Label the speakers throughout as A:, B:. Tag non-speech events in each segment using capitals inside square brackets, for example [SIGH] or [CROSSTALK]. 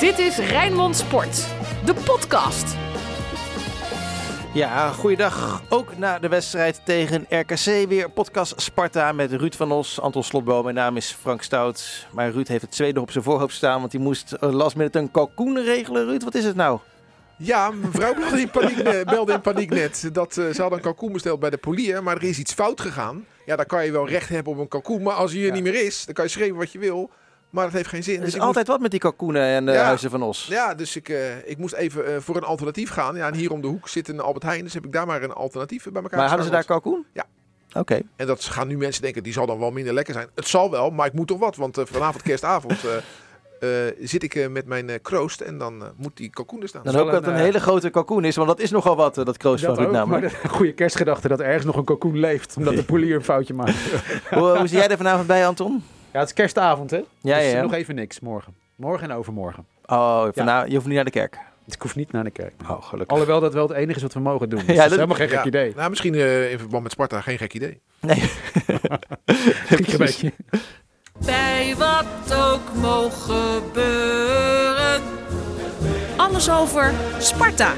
A: Dit is Rijnmond Sport, de podcast.
B: Ja, goeiedag. Ook na de wedstrijd tegen RKC weer podcast Sparta met Ruud van Os, Anton Slotboom. Mijn naam is Frank Stout. Maar Ruud heeft het tweede op zijn voorhoofd staan, want die moest eh, last minute een kalkoen regelen. Ruud, wat is het
C: Eh,
B: nou?
D: Ja, mevrouw belde in paniek, eh, belde in paniek net. Dat, eh, ze had een kalkoen besteld bij de polier, maar er is iets fout gegaan. Ja, dan kan je wel recht hebben op een kalkoen, maar als hij er niet meer is, dan kan je schreeuwen wat je wil. Maar dat heeft geen zin.
B: Er
D: Dus
B: is
D: ik
B: altijd wat met die kalkoenen en de
D: Ja.
B: huizen van Os.
D: moest, ja, dus ik, eh, ik moest even eh, voor een alternatief gaan. Ja, en hier om de hoek zit een Albert Heijn, dus heb ik daar maar een alternatief bij elkaar
B: Maar hadden ze daar
D: gescharreld.
B: kalkoen?
D: Ja.
B: Oké.
D: En dat gaan nu mensen denken, die zal dan wel minder lekker zijn. Het zal wel, maar ik moet toch wat, want eh, vanavond kerstavond... eh, eh, [LAUGHS] zit ik eh, met mijn eh, kroost en dan eh, moet die kalkoen er staan.
B: Dan
C: Zal
B: hoop ik dat het
C: een,
B: een
C: eh,
B: hele grote kalkoen is, want dat is nogal wat, eh, dat kroost van
C: Dat
B: Ruud
C: ook, maar
B: namelijk.
C: [LAUGHS] dat- goede kerstgedachte dat ergens nog een kalkoen leeft. Omdat de polier een
B: [LAUGHS]
C: foutje maakt.
B: Hoe, hoe zie jij er vanavond bij, Anton?
C: Ja, het is kerstavond, hè?
B: Ja,
C: dus
B: ja, ja.
C: nog even niks morgen. Morgen en overmorgen.
B: Oh, vanavond, je hoeft niet naar de kerk.
C: Ik hoef niet naar de kerk.
B: Oh, gelukkig.
C: Alhoewel dat wel het enige is wat we mogen
B: [LAUGHS]
C: doen. Dus
B: Ja,
C: dat
B: dat-
C: is helemaal geen gek
D: Ja.
B: [LAUGHS]
C: idee.
D: Nou, misschien eh, in verband met Sparta geen gek idee.
B: Nee.
C: Schiet je een beetje.
A: Bij wat ook mogen gebeuren. Alles over Sparta.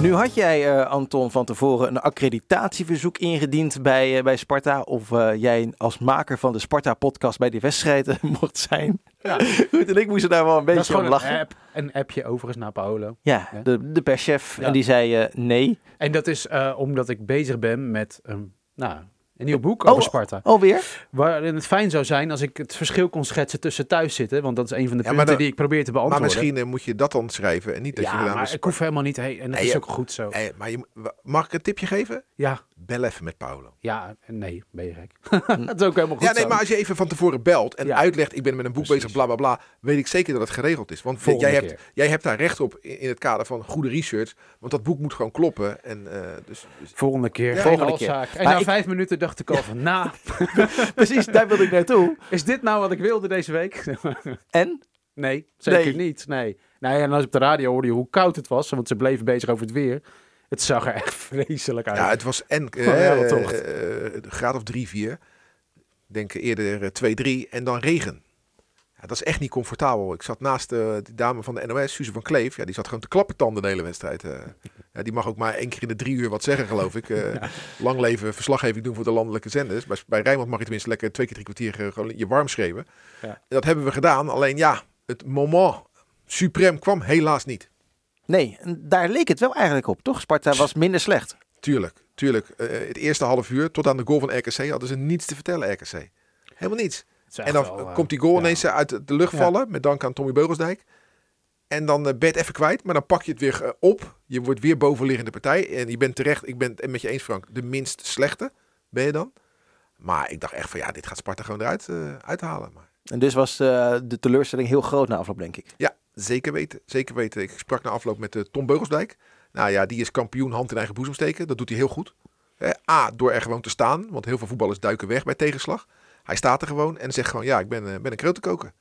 B: Nu had jij, eh, Anton, van tevoren een accreditatieverzoek ingediend bij, eh, bij Sparta. Of eh, jij als maker van de Sparta-podcast bij die wedstrijd eh, [LAUGHS] mocht zijn. Ja. [LAUGHS] Goed, en ik moest er daar wel een
C: Dat is
B: beetje om
C: gewoon een,
B: lachen.
C: app, een appje overigens naar Paolo.
B: Ja,
C: Ja.
B: de, de perschef.
C: Ja.
B: En die zei eh, nee.
C: En dat is eh, omdat ik bezig ben met een, nou, een nieuw boek
B: Oh.
C: over Sparta.
B: Alweer?
C: Waarin het fijn zou zijn als ik het verschil kon schetsen tussen thuis zitten. Want dat is een van de
D: Ja, maar
C: punten
D: dat-
C: die ik probeer te
D: Maar
C: beantwoorden.
D: misschien eh, moet je dat dan schrijven en niet dat je
C: Ja,
D: gedaan
C: maar
D: is.
C: ik hoef helemaal niet heen. En dat
D: Nee,
C: is
D: ja.
C: ook goed zo.
D: Eh, maar je, moet- wa- mag ik een tipje geven?
C: Ja,
D: Bel even met Paolo.
C: Ja, nee, ben je [LAUGHS] gek. dat is ook helemaal goed
D: ja, nee,
C: zo.
D: maar als je even van tevoren belt en
C: Ja.
D: uitlegt: ik ben met een boek
C: Precies.
D: bezig, bla bla bla, weet ik zeker dat het geregeld is. Want
C: Volgende
D: jij hebt,
C: keer.
D: jij hebt daar recht op in in het kader van goede research. Want dat boek moet gewoon kloppen. En, eh, dus, dus-
C: Volgende keer.
D: Ja,
B: volgende
C: volgende
B: keer.
C: keer. En
B: Maar
C: na
B: ik-
C: vijf minuten dacht ik al van, nou,
B: [LAUGHS] Precies, daar wilde ik naartoe.
C: is dit nou wat ik wilde deze week? [LAUGHS]
B: En?
C: nee, zeker
B: Nee.
C: niet. Nee. nee. En als op de radio hoorde je hoe koud het was, want ze bleven bezig over het weer. Het zag er echt [LAUGHS] vreselijk uit.
D: ja, het was en eh
C: Oh, ja, wat [LAUGHS] toch.
D: eh, eh, graad of drie, vier. Ik Denk eerder eh, twee, drie en dan regen. Ja, dat is echt niet comfortabel. Ik zat naast eh die dame van de NOS, Suze van Kleef. Ja, die zat gewoon te klappertanden de hele wedstrijd.
C: [LAUGHS]
D: eh. Ja, die mag ook maar één keer in de drie uur wat zeggen, geloof ik. Eh, Lang leven verslaggeving doen voor de landelijke zenders. Bij, bij Rijnmond mag je tenminste lekker twee keer drie kwartier eh, gewoon je warm schreeuwen.
C: Ja.
D: En dat hebben we gedaan. Alleen ja, het moment suprem kwam helaas niet.
B: Nee, en daar leek het wel eigenlijk op, toch? Sparta was minder slecht.
D: Tuurlijk, tuurlijk. Eh, het eerste half uur tot aan de goal van RKC hadden ze niets te vertellen, RKC. Helemaal niets.
C: Het is echt
D: En dan
C: wel, eh,
D: komt die goal
C: ja.
D: ineens uit de lucht
C: Ja.
D: vallen, met dank aan Tommy Beugelsdijk. En dan eh, ben je het even kwijt, maar dan pak je het weer eh, op. Je wordt weer bovenliggende partij. En je bent terecht, ik ben het met je eens Frank, de minst slechte ben je dan. Maar ik dacht echt van ja, dit gaat Sparta gewoon eruit eh, uithalen. Maar
B: En dus was eh, de teleurstelling heel groot na afloop, denk ik.
D: ja, zeker weten. Zeker weten. Ik sprak na afloop met eh, Tom Beugelsdijk. Nou ja, die is kampioen hand in eigen boezem steken. Dat doet hij heel goed. Eh, A, door er gewoon te staan. Want heel veel voetballers duiken weg bij tegenslag. Hij staat er gewoon en zegt gewoon, ja, ik ben, eh, ben een kreutenkoker.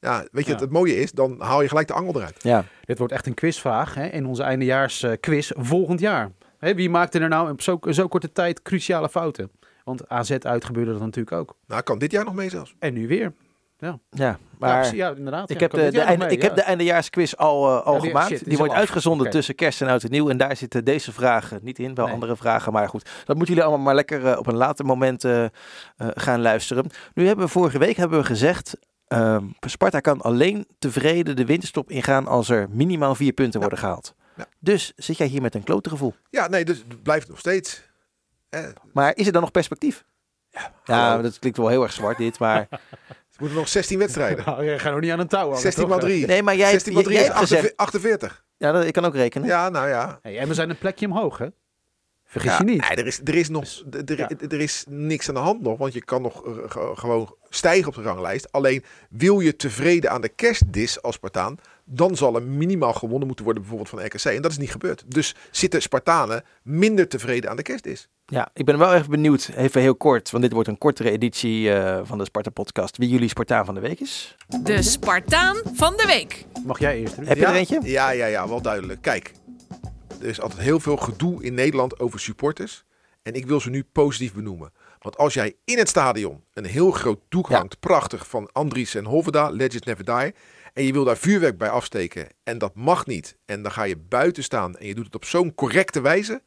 D: Ja, weet je
C: Ja.
D: wat het mooie is? Dan haal je gelijk de angel eruit.
B: Ja.
C: Dit wordt echt een quizvraag hè, in onze eindejaars eh, quiz volgend jaar. Hè, wie maakte er nou op zo'n zo korte tijd cruciale fouten? Want AZ uit gebeurde dat natuurlijk ook.
D: Nou, kan dit jaar nog mee zelfs.
C: En nu weer.
B: ja,
C: ja,
B: maar...
C: precies, ja, inderdaad.
B: Ik
C: ja.
B: heb
C: Kan
B: de,
C: dit
B: de
C: jaar nog
B: einde-
C: mee,
B: ik
C: ja.
B: heb de eindejaarsquiz al, eh, al
C: Ja, die-
B: gemaakt.
C: shit, die
B: die
C: is
B: wordt
C: al af.
B: uitgezonden
C: Oké.
B: tussen kerst en oud en nieuw. En daar zitten deze vragen niet in. Wel
C: Nee.
B: andere vragen, maar goed. Dat moeten jullie allemaal maar lekker eh, op een later moment eh, eh, gaan luisteren. Nu hebben we vorige week hebben we gezegd... ehm, Sparta kan alleen tevreden de winterstop ingaan als er minimaal vier punten worden gehaald.
D: Ja.
B: Dus zit jij hier met een klote gevoel.
D: Ja, nee, dus het blijft nog steeds. Eh,
B: Maar is er dan nog perspectief? Ja,
D: hallo.
B: dat klinkt wel heel erg zwart dit,
C: [LAUGHS]
B: maar...
D: Ze moeten nog 16
B: [LAUGHS]
D: wedstrijden.
C: Nou, je gaat nog niet aan een touw hangen,
D: 16
C: toch?
D: maal 3.
B: Nee, maar jij,
D: 16
B: jij,
D: maal 3
B: jij
D: is
B: hebt gezegd...
D: 48.
B: Ja, dat, ik kan ook rekenen.
D: Ja, nou ja.
C: Hey, en we zijn een plekje omhoog, hè? Vergis
D: Ja,
C: je niet. Dus,
D: nee, er, is, er, is nog, d- er,
C: ja.
D: d- er is niks aan de hand nog, want je kan nog eh, ge- gewoon stijgen op de ranglijst. Alleen wil je tevreden aan de kerstdis als Spartaan, dan zal er minimaal gewonnen moeten worden bijvoorbeeld van RKC. En dat is niet gebeurd. Dus zitten Spartanen minder tevreden aan de kerstdis.
B: Ja, ik ben wel erg benieuwd, even heel kort, want dit wordt een kortere editie eh, van de Sparta Podcast, wie jullie Spartaan van de Week is.
A: De Spartaan van de week.
C: Mag jij eerst, Ruud?
B: Heb je
D: ja?
B: er eentje?
D: Ja, ja, ja, wel duidelijk. Kijk, er is altijd heel veel gedoe in Nederland over supporters. En ik wil ze nu positief benoemen. Want als jij in het stadion een heel groot doek
B: Ja.
D: hangt, prachtig, van Andries en Hoveda, Legends Never Die, en je wil daar vuurwerk bij afsteken en dat mag niet, en dan ga je buiten staan en je doet het op zo'n correcte wijze,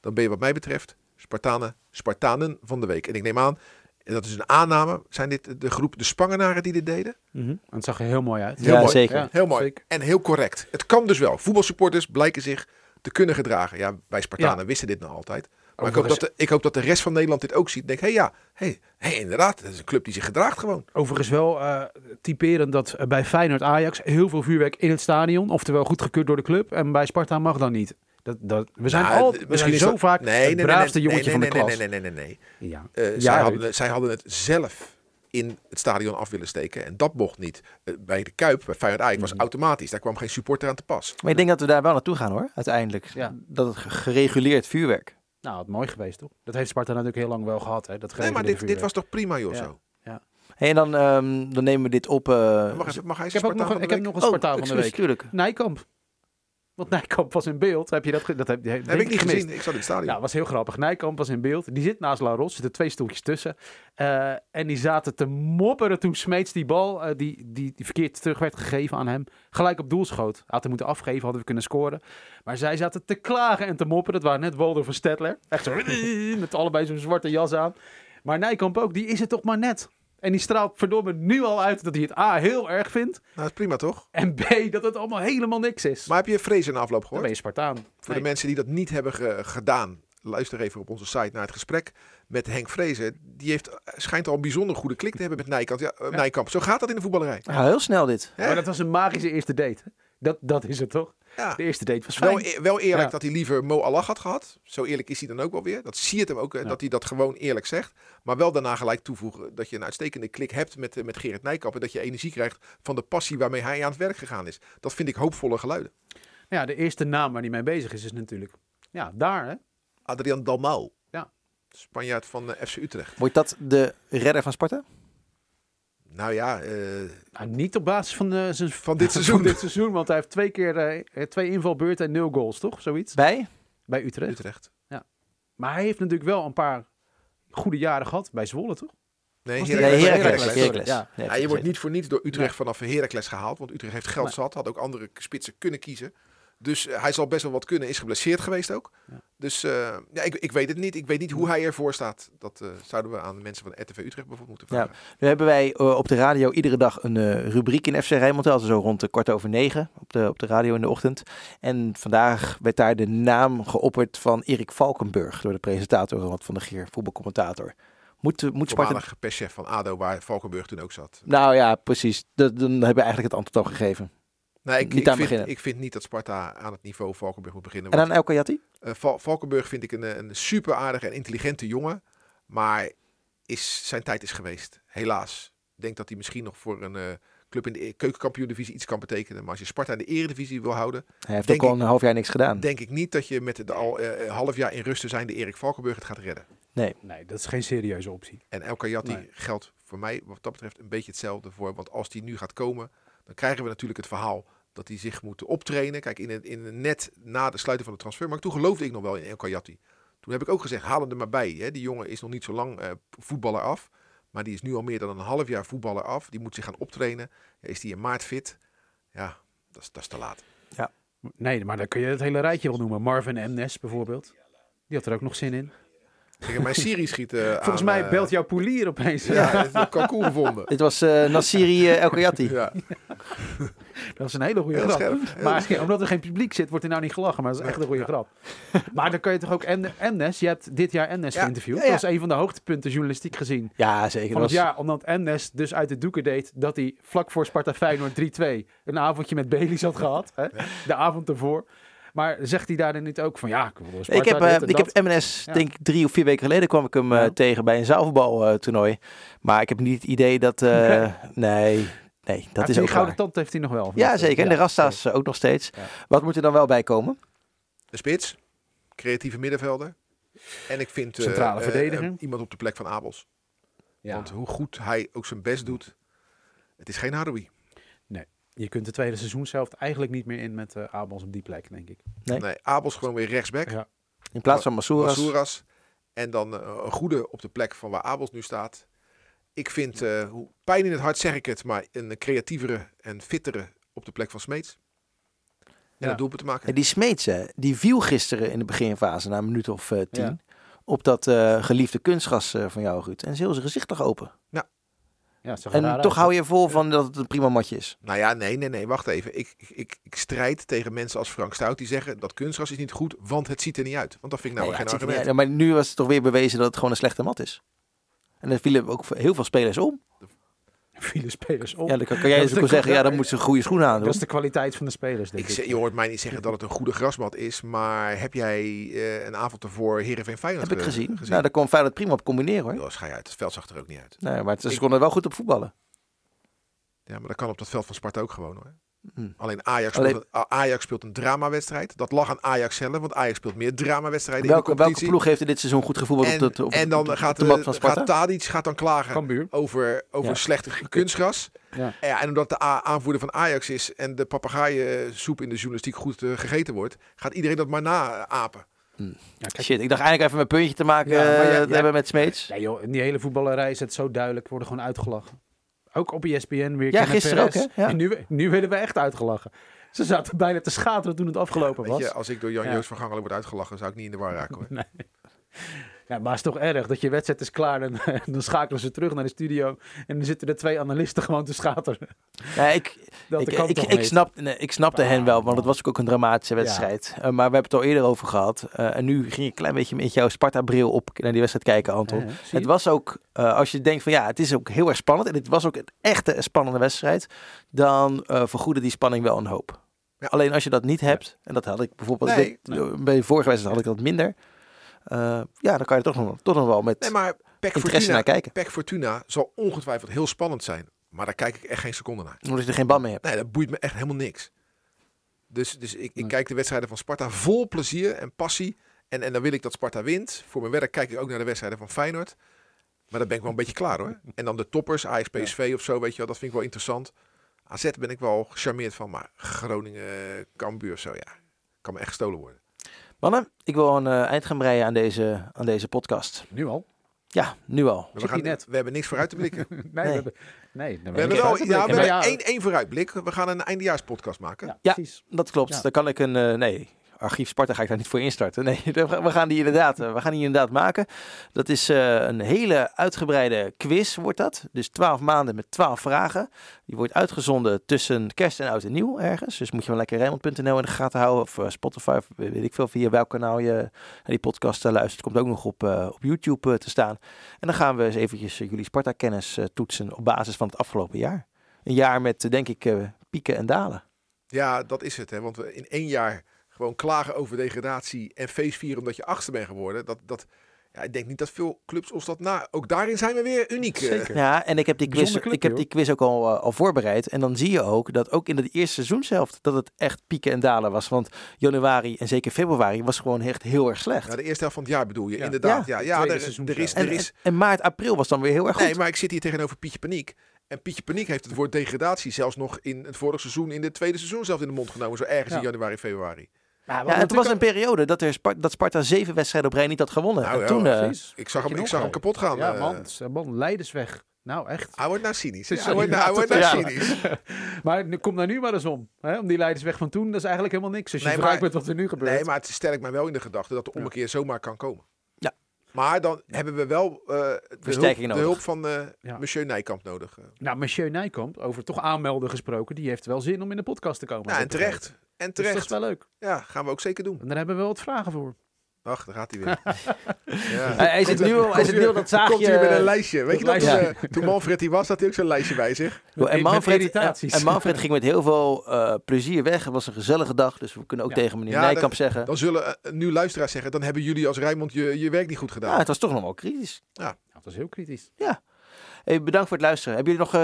D: dan ben je wat mij betreft Spartanen, Spartanen van de week. En ik neem aan, en dat is een aanname, zijn dit de groep de Spangenaren die dit deden?
C: Mhm. En het zag er heel mooi uit.
B: Ja,
D: mooi.
B: zeker.
C: Ja,
D: Heel mooi
C: zeker.
D: en heel correct. Het kan dus wel. Voetbalsupporters blijken zich te kunnen gedragen. Ja, wij Spartanen wisten dit nou altijd. Maar ik hoop, dat
C: Overigens-
D: de, ik hoop dat de rest van Nederland dit ook ziet. Denk, hé hey, ja, hey, hey, inderdaad, dat is een club die zich gedraagt gewoon.
C: Overigens wel eh, typerend dat eh, bij Feyenoord Ajax heel veel vuurwerk in het stadion, oftewel goedgekeurd door de club, en bij Sparta mag dat niet. Dat, dat, we zijn
D: Nou,
C: al
D: d-
C: we zijn
D: is
C: zo
D: dat-
C: vaak
D: Nee, nee,
C: het
D: nee,
C: braafste
D: nee,
C: jongetje
D: nee,
C: van de
D: nee,
C: klas.
D: Nee, nee, nee, nee, nee.
C: Ja.
D: Eh,
C: Ja,
D: zij,
C: Ruud.
D: hadden, zij hadden het zelf in het stadion af willen steken. En dat mocht niet. Eh, bij de Kuip, bij Feyenoord Ajax,
C: Mm.
D: was automatisch. Daar kwam geen supporter aan te pas.
B: Maar ik denk dat we daar wel naartoe gaan hoor, uiteindelijk.
C: Ja.
B: Dat het gereguleerd vuurwerk.
C: Nou, het mooi geweest toch? Dat heeft Sparta natuurlijk heel lang wel gehad. Hè? Dat
D: Nee, maar
C: geregelde
D: dit, dit
C: vuurwerk.
D: was toch prima, joh,
C: Ja.
D: zo.
B: Hey, en dan, ehm, dan nemen we dit op. eh,
D: Mag, even- mag hij
C: Ik heb ook nog, een- ik heb nog een
B: oh,
C: Spartaan van de
B: excuus,
C: week.
B: tuurlijk.
C: Nijkamp. Want Nijkamp was in beeld. Heb je dat, ge- dat heb, heb,
D: heb ik niet
C: gemist.
D: gezien. Ik zat in het stadion.
C: Ja, was heel grappig. Nijkamp was in beeld. Die zit naast Laros. Er zitten twee stoeltjes tussen. Eh, en die zaten te mopperen toen Smeets die bal, eh, die, die, die verkeerd terug werd gegeven aan hem, gelijk op doel schoot. Had hem moeten afgeven, hadden we kunnen scoren. Maar zij zaten te klagen en te mopperen. Dat waren net Waldorf en Stedtler. Echt zo, [LAUGHS] met allebei zo'n zwarte jas aan. Maar Nijkamp ook, die is het toch maar net. En die straalt verdomme nu al uit dat hij het A heel erg vindt.
D: Nou, dat is prima, toch?
C: En B, dat het allemaal helemaal niks is.
D: Maar heb je vrees in de afloop
C: Dan
D: gehoord?
C: ben je Spartaan.
D: Voor
C: Nee.
D: de mensen die dat niet hebben ge- gedaan, luister even op onze site naar het gesprek met Henk Vrezen. Die heeft, eh, schijnt al een bijzonder goede klik te hebben met Nijkamp. Ja, eh, Nijkamp. Zo gaat dat in de voetballerij.
B: Ah, heel snel dit.
D: Hè?
C: Maar dat was een magische eerste date. Dat, dat is het toch?
D: Ja.
C: De eerste date was fijn.
D: Ah. Wel, e- wel eerlijk
C: Ja.
D: dat hij liever Mo Allah had gehad. Zo eerlijk is hij dan ook wel weer. Dat zie je het hem ook, hè, dat hij dat gewoon eerlijk zegt. Maar wel daarna gelijk toevoegen dat je een uitstekende klik hebt met, eh, met Gerrit Nijkamp. En dat je energie krijgt van de passie waarmee hij aan het werk gegaan is. Dat vind ik hoopvolle geluiden. e-
C: Ja, de eerste naam waar hij mee bezig is, is natuurlijk... Ja, daar hè.
D: Adrian Dalmau.
C: Ja.
D: Spanjaard van eh, FC Utrecht.
B: Wordt dat de redder van Sparta?
D: Nou ja, eh,
C: Nou, niet op basis [LAUGHS] van, eh, zijn,
D: Van dit seizoen.
C: dit seizoen, want hij heeft twee keer eh, twee invalbeurten en nul goals, toch? Zoiets?
B: Bij?
C: Bij Utrecht.
D: Utrecht.
C: Maar hij heeft natuurlijk wel een paar goede jaren gehad bij Zwolle, toch?
D: Nee,
C: Was die-
D: Heracles.
C: Nee,
D: Heracles.
C: Heracles.
B: Heracles.
C: Ja.
B: Nee,
D: Ja, je wordt
B: zeker.
D: niet voor niets door Utrecht vanaf Heracles gehaald. Want Utrecht heeft geld zat. Had ook andere spitsen kunnen kiezen. Dus eh, hij zal best wel wat kunnen. Is geblesseerd geweest ook.
C: Ja.
D: Dus eh, ja, ik, ik weet het niet. Ik weet niet hoe hij ervoor staat. Dat eh, zouden we aan de mensen van RTV Utrecht bijvoorbeeld moeten
B: Ja.
D: vragen.
B: Nu hebben wij eh, op de radio iedere dag een eh, rubriek in FC Rijnmond. Altijd zo rond de kwart over negen op de, op de radio in de ochtend. En vandaag werd daar de naam geopperd van Erik Valkenburg door de presentator Ronald van der Geer, voetbalcommentator. Moet, eh, moet Sparta...
D: Voormalig perschef van ADO, waar Valkenburg toen ook zat.
B: Nou ja, precies. Dat, dan hebben we eigenlijk het antwoord al gegeven.
D: Nee, ik,
B: Niet
D: ik,
B: aan
D: vind,
B: beginnen.
D: ik vind niet dat Sparta aan het niveau Valkenburg moet beginnen.
B: En
D: want-
B: aan El Kayati?
D: Eh, Val- Valkenburg vind ik een, eh, een super aardige en intelligente jongen. Maar is, zijn tijd is geweest. Helaas. Ik denk dat hij misschien nog voor een eh, club in de e- keukenkampioen-divisie iets kan betekenen. Maar als je Sparta in de eredivisie wil houden,
B: Hij heeft
D: Denk
B: ook al
D: ik-
B: een half jaar niks gedaan.
D: denk ik niet dat je met de al eh, half jaar in rust te zijn de Erik Valkenburg het gaat redden.
C: Nee, dat is geen serieuze optie.
D: En El Kayati
C: Nee.
D: geldt voor mij wat dat betreft een beetje hetzelfde voor. Want als die nu gaat komen, dan krijgen we natuurlijk het verhaal dat hij zich moet optrainen. Kijk, in het, in het net na de sluiten van de transfermarkt, toen geloofde ik nog wel in El Kayati. Toen heb ik ook gezegd, haal hem er maar bij. Hè. Die jongen is nog niet zo lang eh, voetballer af. Maar die is nu al meer dan een half jaar voetballer af. Die moet zich gaan optrainen. Ja, is die in maart fit? Ja, dat is, dat is te laat.
C: Nee, maar dan kun je het hele rijtje wel noemen. Marvin Emnes bijvoorbeeld. Die had er ook nog zin in.
D: Kijk, mijn serie schiet eh,
C: Volgens
D: aan,
C: mij
D: eh,
C: belt jouw polier opeens.
D: Ja, dat kalkoen
C: [LAUGHS]
D: gevonden.
B: Dit was eh Nassiri eh, El Kayati.
D: [LAUGHS] Ja,
C: Dat is een hele goede
D: Heel
C: grap.
D: scherp, heel
C: maar omdat er geen publiek zit, wordt er nou niet gelachen. Maar dat is echt een goede grap. Maar dan kan je toch ook en Emnes. Je hebt dit jaar Emnes
D: Ja,
C: geïnterviewd.
B: ja, ja.
C: Dat is een van de hoogtepunten journalistiek gezien.
B: Ja, zeker.
C: Van
B: Dat
C: het
B: was-
C: jaar, omdat Emnes dus uit de doeken deed dat hij vlak voor Sparta Feyenoord 3-2 een avondje met Baileys had gehad. Hè? De avond ervoor. Maar zegt hij daarin niet ook van ja, ik wil door Sparta
B: Ik heb,
C: dit
B: eh,
C: en
B: ik
C: dat.
B: heb MNS,
C: Ja.
B: denk ik, drie of vier weken geleden kwam ik hem eh,
C: Ja.
B: tegen bij een zaalvoetbaltoernooi. maar ik heb niet het idee dat... [LAUGHS] eh, nee, nee, dat
C: Heeft
B: is
C: hij
B: ook
C: die gouden
B: waar.
C: tand heeft hij nog wel.
B: Ja, zeker. En de Rasta's eh, ook nog steeds.
C: Ja.
B: Wat moet er dan wel bij komen?
D: De spits, creatieve middenvelder. En ik vind eh,
C: Centrale
D: eh,
C: verdediger.
D: eh, iemand op de plek van Abels.
C: Ja.
D: Want hoe goed hij ook zijn best doet, het is geen Haroui.
C: Je kunt de tweede seizoen zelf eigenlijk niet meer in met eh Abels op die plek, denk ik.
B: Nee.
D: Nee, Abels gewoon weer rechtsback.
C: Ja.
B: In plaats van Masouras.
D: Massouras. En dan eh, een goede op de plek van waar Abels nu staat. Ik vind, eh, hoe pijn in het hart zeg ik het, maar een creatievere en fittere op de plek van Smeets. En
C: Ja.
D: dat doelpunt te maken.
B: En die Smeetse, die viel gisteren in de beginfase, na een minuut of eh, tien,
C: Ja.
B: op dat eh, geliefde kunstgas eh, van jou, Ruud. En ze hield zijn gezicht toch open.
C: Ja, het zag er raar
B: En toch
C: uit.
B: hou je vol van dat het een prima matje is.
D: Nou ja, nee, nee, nee, wacht even. Ik, ik- ik, ik strijd tegen mensen als Frank Stout die zeggen dat kunstgras is niet goed, want het ziet er niet uit. Want dat vind ik nou
B: Nee,
D: weer
B: ja, het zit
D: geen
B: er niet
D: argument.
B: uit. maar nu was het toch weer bewezen dat het gewoon een slechte mat is. En er vielen ook heel veel spelers om.
C: vielen spelers op.
B: Ja, dan kan, kan jij
C: Dat is
B: dus ook wel
C: de-
B: zeggen, ja, dan moet ze goede schoenen aan doen.
C: dat is de kwaliteit van de spelers, denk
D: Ik
C: ik.
D: zeg-
B: eh,
D: je hoort mij niet
B: [LAUGHS]
D: zeggen dat het een goede grasmat is, maar heb jij eh, een avond ervoor Heerenveen Feyenoord
B: Heb ik
D: ge-
B: gezien. Nou, daar kon Feyenoord prima op combineren hoor.
D: Joh, schei uit. Het veld zag er ook niet uit.
B: Nee, maar het- ze
D: Ik-
B: konden wel goed op voetballen.
D: Ja, maar dat kan op dat veld van Sparta ook gewoon hoor.
B: Hm.
D: Alleen Ajax,
B: Alleen-
D: Speelt een, A- Ajax speelt een dramawedstrijd. Dat lag aan Ajax zelf, want Ajax speelt meer dramawedstrijden in de
B: Welke, welke
D: competitie.
B: ploeg heeft er dit seizoen goed gevoetbald
D: en,
B: op, dat- op,
D: en dan
B: op de-
D: gaat,
B: op de mat
D: eh,
B: van Sparta?
D: gaat Tadic gaat dan klagen
C: Cambuur.
D: over, over
B: Ja.
D: slecht kunstgras.
C: Ja.
D: En, ja, en omdat de a- aanvoerder van Ajax is en de papegaaiensoep in de journalistiek goed eh, gegeten wordt, gaat iedereen dat maar naapen.
C: Ja, kijk,
B: Shit, ik dacht eigenlijk even mijn puntje te maken
C: Ja, maar
B: eh,
C: jij-
B: te
C: jij-
B: hebben met Smeets.
C: Ja, joh, in die hele voetballerij is het zo duidelijk. We worden gewoon uitgelachen. Ook op E ESPN weer.
B: Ja,
C: Kenneth
B: gisteren
C: Perez.
B: ook, hè? Ja.
C: En nu, nu werden we echt uitgelachen. Ze zaten bijna te schateren toen het afgelopen
D: Weet
C: was.
D: je, als ik door Jan
C: Ja.
D: Joos van Gangelen word uitgelachen, zou ik niet in de war raken
B: [LAUGHS]
D: hoor.
C: Ja, maar het is toch erg dat je wedstrijd is klaar en [LAUGHS] eh, dan schakelen ze terug naar de studio en dan zitten er twee analisten gewoon te schateren.
B: Ja, Nou, ik,
C: Dat
B: ik,
C: kan
B: ik,
C: toch
B: ik
C: niet?
B: snap, nee, ik snapte hen wel, want het was ook een dramatische wedstrijd. Eh, maar we hebben het al eerder over gehad. Eh, en nu ging ik een klein beetje met jouw Sparta-bril op naar die wedstrijd kijken, Anton.
C: Ja, zie je?
B: Het was ook, eh, als je denkt van ja, het is ook heel erg spannend. En het was ook een echte spannende wedstrijd. Dan eh vergoedde die spanning wel een hoop.
D: Ja.
B: Alleen als je dat niet hebt, en dat had ik bijvoorbeeld
D: Nee.
B: dit- bij de vorige wedstrijd had ik dat minder. Eh, ja, dan kan je toch nog, toch nog wel met
D: Nee, maar Pek
B: interesse
D: Fortuna,
B: naar kijken.
D: Pek Fortuna zal ongetwijfeld heel spannend zijn. Maar daar kijk ik echt geen seconde naar.
B: Omdat je er geen bal mee hebt.
D: Nee, dat boeit me echt helemaal niks. Dus, dus ik, ik kijk de wedstrijden van Sparta vol plezier en passie. En, en dan wil ik dat Sparta wint. Voor mijn werk kijk ik ook naar de wedstrijden van Feyenoord. Maar daar ben ik wel een beetje klaar
B: [LAUGHS]
D: hoor. En dan de toppers, Ajax, PSV of zo, weet je wel. Dat vind ik wel interessant. AZ ben ik wel gecharmeerd van. Maar Groningen, Cambuur of zo, ja. Kan me echt gestolen worden.
B: Mannen, ik wil een eh, eind gaan breien aan deze, aan deze podcast.
C: Nu al?
B: Ja, nu al.
D: We,
C: Zit
D: gaan,
C: hij net?
D: we hebben niks vooruit te
C: [LAUGHS]
D: blikken.
C: Nee.
B: Nee.
C: We hebben, nee, dan
D: We
C: ben
D: hebben
C: ik
D: wel
C: uit.
D: ja, we hebben
C: Ja,
D: één, één vooruitblik. We gaan een eindejaarspodcast maken.
C: Ja,
B: Ja.
C: precies.
B: Dat klopt.
C: Ja.
B: Daar kan ik een. eh, nee, archief Sparta ga ik daar niet voor instarten. Nee, [LAUGHS] we gaan- we gaan die inderdaad, eh, we gaan die inderdaad maken. Dat is eh, een hele uitgebreide quiz, wordt dat. Dus 12 maanden met 12 vragen. Die wordt uitgezonden tussen kerst en oud en nieuw ergens. Dus moet je wel lekker Rijnmond.nl in de gaten houden. Of eh, Spotify, of weet ik veel, via welk kanaal je naar die podcast eh, luistert. Komt ook nog op, eh, op YouTube eh, te staan. En dan gaan we eens eventjes eh, jullie Sparta-kennis eh, toetsen op basis van het afgelopen jaar. Een jaar met, eh, denk ik, eh, pieken en dalen.
D: Ja, dat is het. Hè? Want we in één jaar gewoon klagen over degradatie en feest vieren omdat je achtste bent geworden. Dat, dat, ja, ik denk niet dat veel clubs ons dat na. Ook daarin zijn we weer uniek. eh.
C: Zeker.
B: Ja, en ik heb die quiz,
C: Bijzonder clubje,
B: ik heb die quiz ook al, eh, al voorbereid. En dan zie je ook dat ook in het eerste seizoen zelf dat het echt pieken en dalen was. Want januari en zeker februari was gewoon echt heel erg slecht.
D: Ja, de eerste helft van het jaar bedoel je,
C: Ja.
D: inderdaad. Ja, ja,
C: Tweede
D: er,
C: seizoen
D: er is...
C: zelf.
B: en,
D: Er is
B: en, en maart, april was dan weer heel erg goed.
D: nee, maar ik zit hier tegenover Pietje Paniek. En Pietje Paniek heeft het woord degradatie zelfs nog in het vorig seizoen, in het tweede seizoen zelf in de mond genomen. Zo ergens
C: Ja.
D: in januari, februari.
C: Ja,
B: ja, het was een periode dat, er Spar- dat Sparta zeven wedstrijden op rij niet had gewonnen.
D: Nou,
B: en
D: ja,
B: toen, eh,
D: Ik zag hem,
C: je
D: ik zag hem
C: nog,
D: kapot gaan.
C: Ja,
D: eh.
C: man, s- man, leiders weg. Nou, echt.
D: Hij wordt nou cynisch. hè?
C: Ja,
D: Hij wordt nou- hij wordt nou
B: ja.
D: cynisch.
C: Maar nu- kom daar nu maar eens om. Hè? Om die leiders weg van toen, dat is eigenlijk helemaal niks. Als je
D: Nee,
C: vergelijkt
D: maar-
C: met wat er nu gebeurt.
D: Nee, maar het sterkt mij wel in de gedachte dat de ommekeer zomaar kan komen.
B: Ja.
D: Maar dan hebben we wel eh, de, hulp,
B: Versterking
D: de
B: nodig.
D: hulp van eh,
C: Ja.
D: monsieur Nijkamp nodig. Eh,
C: Nou, Monsieur Nijkamp, over toch aanmelden gesproken, die heeft wel zin om in de podcast te komen.
D: nou, en terecht. En
C: Dus
D: terecht.
C: dat is wel leuk.
D: Ja, gaan we ook zeker doen.
C: En daar hebben we wel wat vragen voor.
D: Ach, daar gaat hij
C: [LAUGHS]
D: weer. ja.
C: Eh,
B: hij- hij zit nu al, hij zit nu al dat zaagje.
D: Komt hij weer met een lijstje. Weet je
C: dat
D: nog,
B: lijstje.
D: eh, toen Manfred hier was, had hij ook zo'n lijstje bij zich.
B: Joh, en,
C: Met
B: Manfred,
C: irritaties.
B: en Manfred ging met heel veel eh, plezier weg. Het was een gezellige dag, dus we kunnen ook
C: Ja.
B: tegen meneer
D: Ja,
B: Nijkamp
D: dat-
B: zeggen...
D: Dan zullen eh, nu luisteraars zeggen, dan hebben jullie als Rijnmond je, je werk niet goed
B: ja,
D: gedaan.
B: het was toch nog wel kritisch.
C: Nou, dat is heel kritisch.
B: Hey, bedankt voor het luisteren. Hebben jullie nog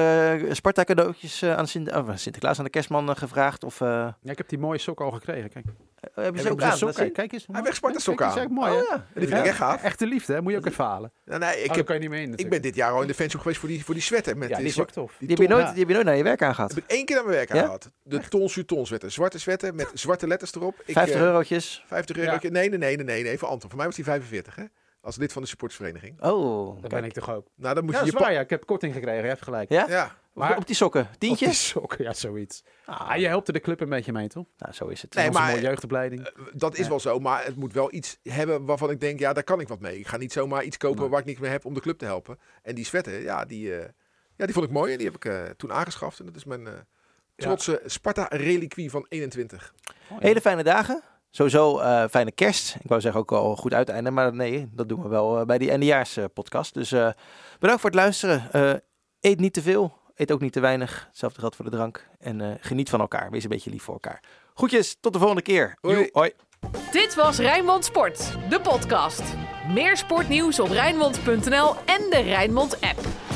B: eh, Sparta-cadeautjes eh, aan Sint- oh, Sinterklaas, aan de kerstman eh, gevraagd? Of eh,
C: Ja, ik heb die mooie sok al gekregen. Kijk,
B: hebben
D: ik
B: ze ook
D: heb
B: aan?
D: een
B: Dat
C: Sokken,
B: zie-
C: kijk eens.
D: Hij wegsmart de
C: Kijk,
D: sokken
C: kijk,
D: aan.
C: is echt mooi,
B: Oh,
C: hè?
B: ja.
D: Die vind ik
C: Ja.
D: echt gaaf.
C: Echte liefde, hè? Moet je ook even halen.
D: Nou, nee, ik,
C: Ik
D: heb,
C: kan je niet mee in
D: ik ben
C: natuurlijk.
D: dit jaar al in de fanshop geweest voor die, voor die sweater. Met
C: Ja, die
D: die
C: is ook tof.
B: Die heb, je
D: ton-
B: nooit,
C: ja.
B: die heb je nooit naar je werk
D: Dat
B: aangehad.
D: heb ik één keer aan mijn werk aan
B: Ja?
D: gehad. De Tons Tons werd een zwarte sweater met zwarte letters erop. Ik,
B: 50
D: eh,
B: eurotjes.
D: 50 euro. Nee,
C: Ja.
D: nee, nee, nee, nee, nee. Voor Anton. Voor mij was die 45, hè? Als lid van de supportersvereniging.
B: Oh,
C: Daar
B: kijk.
C: ben ik toch ook.
D: Nou, dan moest
C: Ja, dat
D: je
C: is
D: je
C: waar. Ja, ik heb korting gekregen. Je hebt gelijk.
B: Ja?
D: pa- Ja,
C: Maar-
B: op die sokken. Tientje?
C: Op die sokken, ja, zoiets. Ah, je helpt er de club een beetje mee, toch?
B: Nou, zo is het.
D: Nee,
C: Nee, maar...
D: maar-
C: Een mooie jeugdopleiding.
D: dat is wel zo. Maar het moet wel iets hebben waarvan ik denk, ja, daar kan ik wat mee. Ik ga niet zomaar iets kopen waar ik niks mee heb om de club te helpen. En die sweater, ja, die, eh, ja, die vond ik mooi. En die heb ik eh, toen aangeschaft. En dat is mijn eh, trotse Sparta-reliquie van 21.
B: Hele fijne dagen. Sowieso eh, fijne kerst. Ik wou zeggen ook al goed uiteinde, maar nee, dat doen we wel eh, bij die eindejaars eh, podcast. Dus eh, bedankt voor het luisteren. Eh, eet niet te veel, eet ook niet te weinig. Hetzelfde geldt voor de drank. En eh, geniet van elkaar. Wees een beetje lief voor elkaar. Groetjes, tot de volgende keer.
D: Hoi.
B: Joe, hoi.
A: Dit was Rijnmond Sport, de podcast. Meer sportnieuws op Rijnmond.nl en de Rijnmond app.